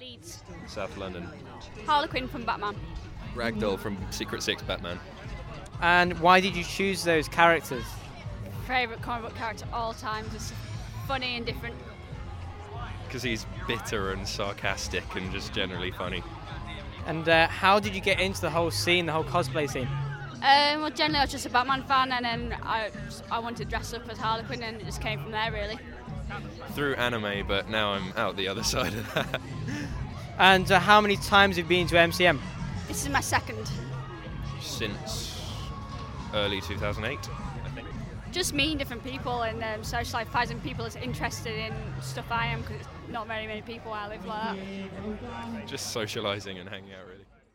Leeds. South London. Harlequin from Batman. Ragdoll from Secret Six Batman. And why did you choose those characters? Favourite comic book character all time. Just funny and different. Because he's bitter and sarcastic and just generally funny. And uh, how did you get into the whole scene, the whole cosplay scene? Um, well, generally I was just a Batman fan, and then I I wanted to dress up as Harlequin, and it just came from there really. Through anime, but now I'm out the other side of that. And uh, how many times have you been to MCM? This is my second. Since early 2008, I think. Just meeting different people and um, socialising people that's interested in stuff I am, because not very many people I live like that. Just socialising and hanging out, really.